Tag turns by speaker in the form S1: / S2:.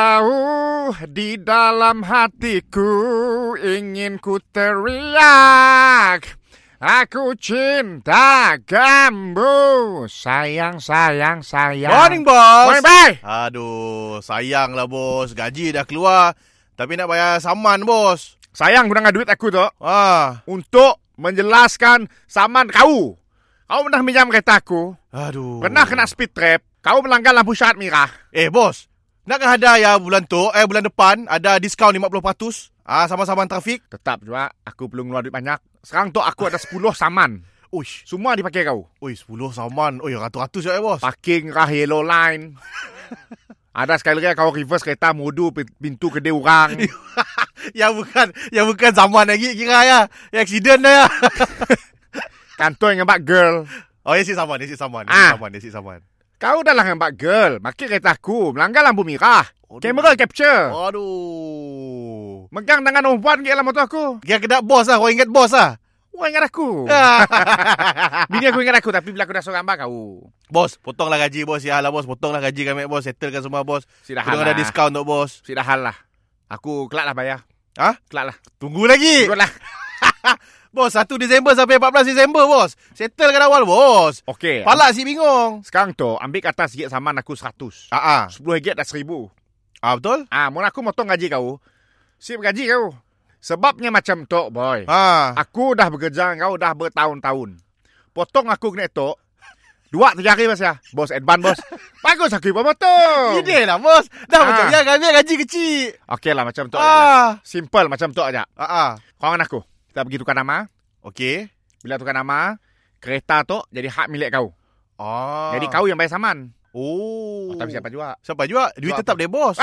S1: Jauh di dalam hatiku ingin ku teriak Aku cinta kamu Sayang, sayang, sayang
S2: Morning,
S1: Morning,
S2: bos.
S1: bye
S2: Aduh, sayanglah bos. Gaji dah keluar. Tapi nak bayar saman bos.
S1: Sayang guna duit aku tu
S2: Ah,
S1: Untuk menjelaskan saman kau Kau pernah minjam kereta aku
S2: aduh.
S1: Pernah kena speed trap Kau melanggar lampu syarat merah
S2: Eh, bos. Nak hadiah ya bulan tu, eh bulan depan ada diskaun 50%. Ah, sama-sama trafik.
S1: Tetap juga aku belum keluar duit banyak Sekarang tu aku ada 10 saman
S2: Uish,
S1: Semua dipakai kau
S2: oi 10 saman. Oi, ratus-ratus ya eh, bos.
S1: Parking rah yellow line. Ada sekali lagi kau reverse kereta modu pin- pintu kedai orang.
S2: yang Ya, bukan yang bukan zaman lagi kira ya. Yang accident dah ya.
S1: Kantor yang ngebak girl.
S2: Oh, ya si saman, ya si saman, ya si
S1: Ah.
S2: saman, ya si saman.
S1: Kau dah lah ngebak girl. Maki kereta aku. Melanggar lampu merah.
S2: Aduh.
S1: Kamera capture.
S2: Aduh.
S1: Megang tangan orang perempuan ke dalam motor aku.
S2: Kira kedak bos lah, kau ingat bos lah.
S1: Wah ingat aku. Ah.
S2: Ah.
S1: Bini aku ingat aku tapi bila aku dah seorang bak kau.
S2: Bos, potonglah gaji bos. Ya lah bos, potonglah gaji kami bos. Settlekan semua bos.
S1: Sidah
S2: Kita ada
S1: lah.
S2: diskaun untuk bos.
S1: Sidah hal lah. Aku kelak lah bayar.
S2: Hah?
S1: Kelak lah.
S2: Tunggu lagi.
S1: Ikut lah.
S2: Bos, 1 Disember sampai 14 Disember bos. Settlekan awal bos.
S1: Okey.
S2: Palak si bingung.
S1: Sekarang tu ambil kata sikit saman aku 100.
S2: Ah ah.
S1: 10 ringgit dah 1000.
S2: Ah betul?
S1: Ah, mun aku motong gaji kau, siap gaji kau. Sebabnya macam tu, boy.
S2: Ha.
S1: Aku dah bekerja dengan kau dah bertahun-tahun. Potong aku kena tu. Dua, tiga hari masa. Bos advance, bos. Bagus aku ibu potong.
S2: Ini lah bos.
S1: Ah.
S2: Dah macam ya kami gaji kecil.
S1: Okey lah, macam tu aja. lah.
S2: Ah.
S1: Simple macam tu aja.
S2: Ah ah.
S1: Kau dengan aku. Kita pergi tukar nama.
S2: Okey.
S1: Bila tukar nama, kereta tu jadi hak milik kau.
S2: Ah.
S1: Jadi kau yang bayar saman.
S2: Oh.
S1: Oh, tapi siapa juga?
S2: Siapa juga? Duit
S1: Jual
S2: tetap dia bos.